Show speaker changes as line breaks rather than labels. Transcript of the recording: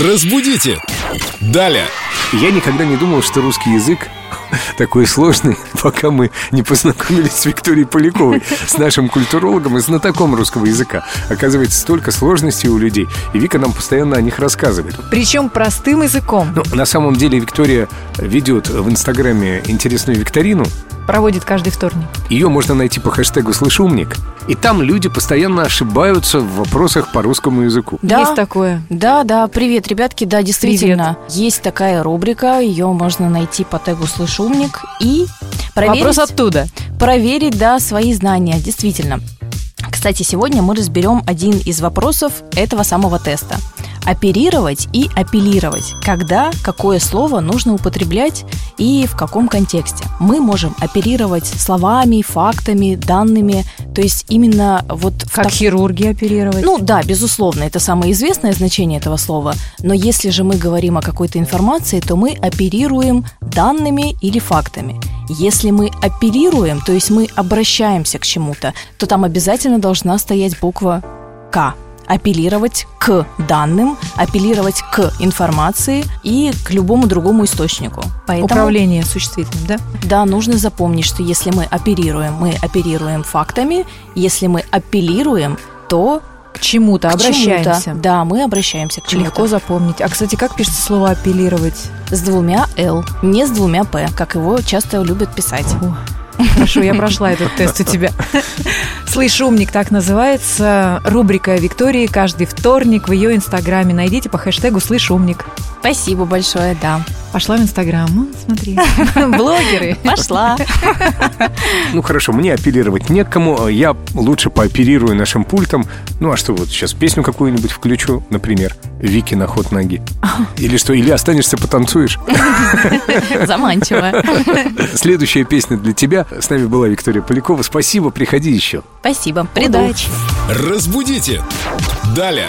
Разбудите! Далее!
Я никогда не думал, что русский язык такой сложный, пока мы не познакомились с Викторией Поляковой, с нашим культурологом и знатоком русского языка. Оказывается, столько сложностей у людей, и Вика нам постоянно о них рассказывает.
Причем простым языком.
Ну, на самом деле Виктория ведет в Инстаграме интересную викторину.
Проводит каждый вторник.
Ее можно найти по хэштегу «Слышь, умник». И там люди постоянно ошибаются в вопросах по русскому языку.
Да.
Есть такое.
Да, да, привет, ребятки, да, действительно, есть такая рубрика, ее можно найти по тегу «Слышь, умник» и проверить,
Вопрос оттуда.
проверить, да, свои знания, действительно. Кстати, сегодня мы разберем один из вопросов этого самого теста. Оперировать и апеллировать. Когда, какое слово нужно употреблять и в каком контексте. Мы можем оперировать словами, фактами, данными. То есть именно вот в
Как
так-
хирурги оперировать.
ну да, безусловно, это самое известное значение этого слова. Но если же мы говорим о какой-то информации, то мы оперируем данными или фактами. Если мы оперируем, то есть мы обращаемся к чему-то, то там обязательно должна стоять буква К. Апеллировать к данным, апеллировать к информации и к любому другому источнику. Поэтому
Управление существительным, да?
да, нужно запомнить, что если мы оперируем, мы оперируем фактами, если мы апеллируем, то
К чему-то
к чему-то.
обращаемся.
Да, мы обращаемся к чему-то.
Легко запомнить. А, кстати, как пишется слово апеллировать?
С двумя «л», не с двумя «п», как его часто любят писать.
О, Хорошо, я прошла этот тест у тебя. Слышь, умник, так называется рубрика Виктории каждый вторник в ее инстаграме. Найдите по хэштегу «Слышь, умник».
Спасибо большое, да.
Пошла в инстаграм, М, смотри. Блогеры.
Пошла.
Ну хорошо, мне апеллировать некому, а я лучше пооперирую нашим пультом. Ну а что, вот сейчас песню какую-нибудь включу, например, Вики на ход ноги. Или что, или останешься потанцуешь.
Заманчиво.
Следующая песня для тебя. С нами была Виктория Полякова. Спасибо, приходи еще.
Спасибо. Приду.
Удачи.
Разбудите! Далее!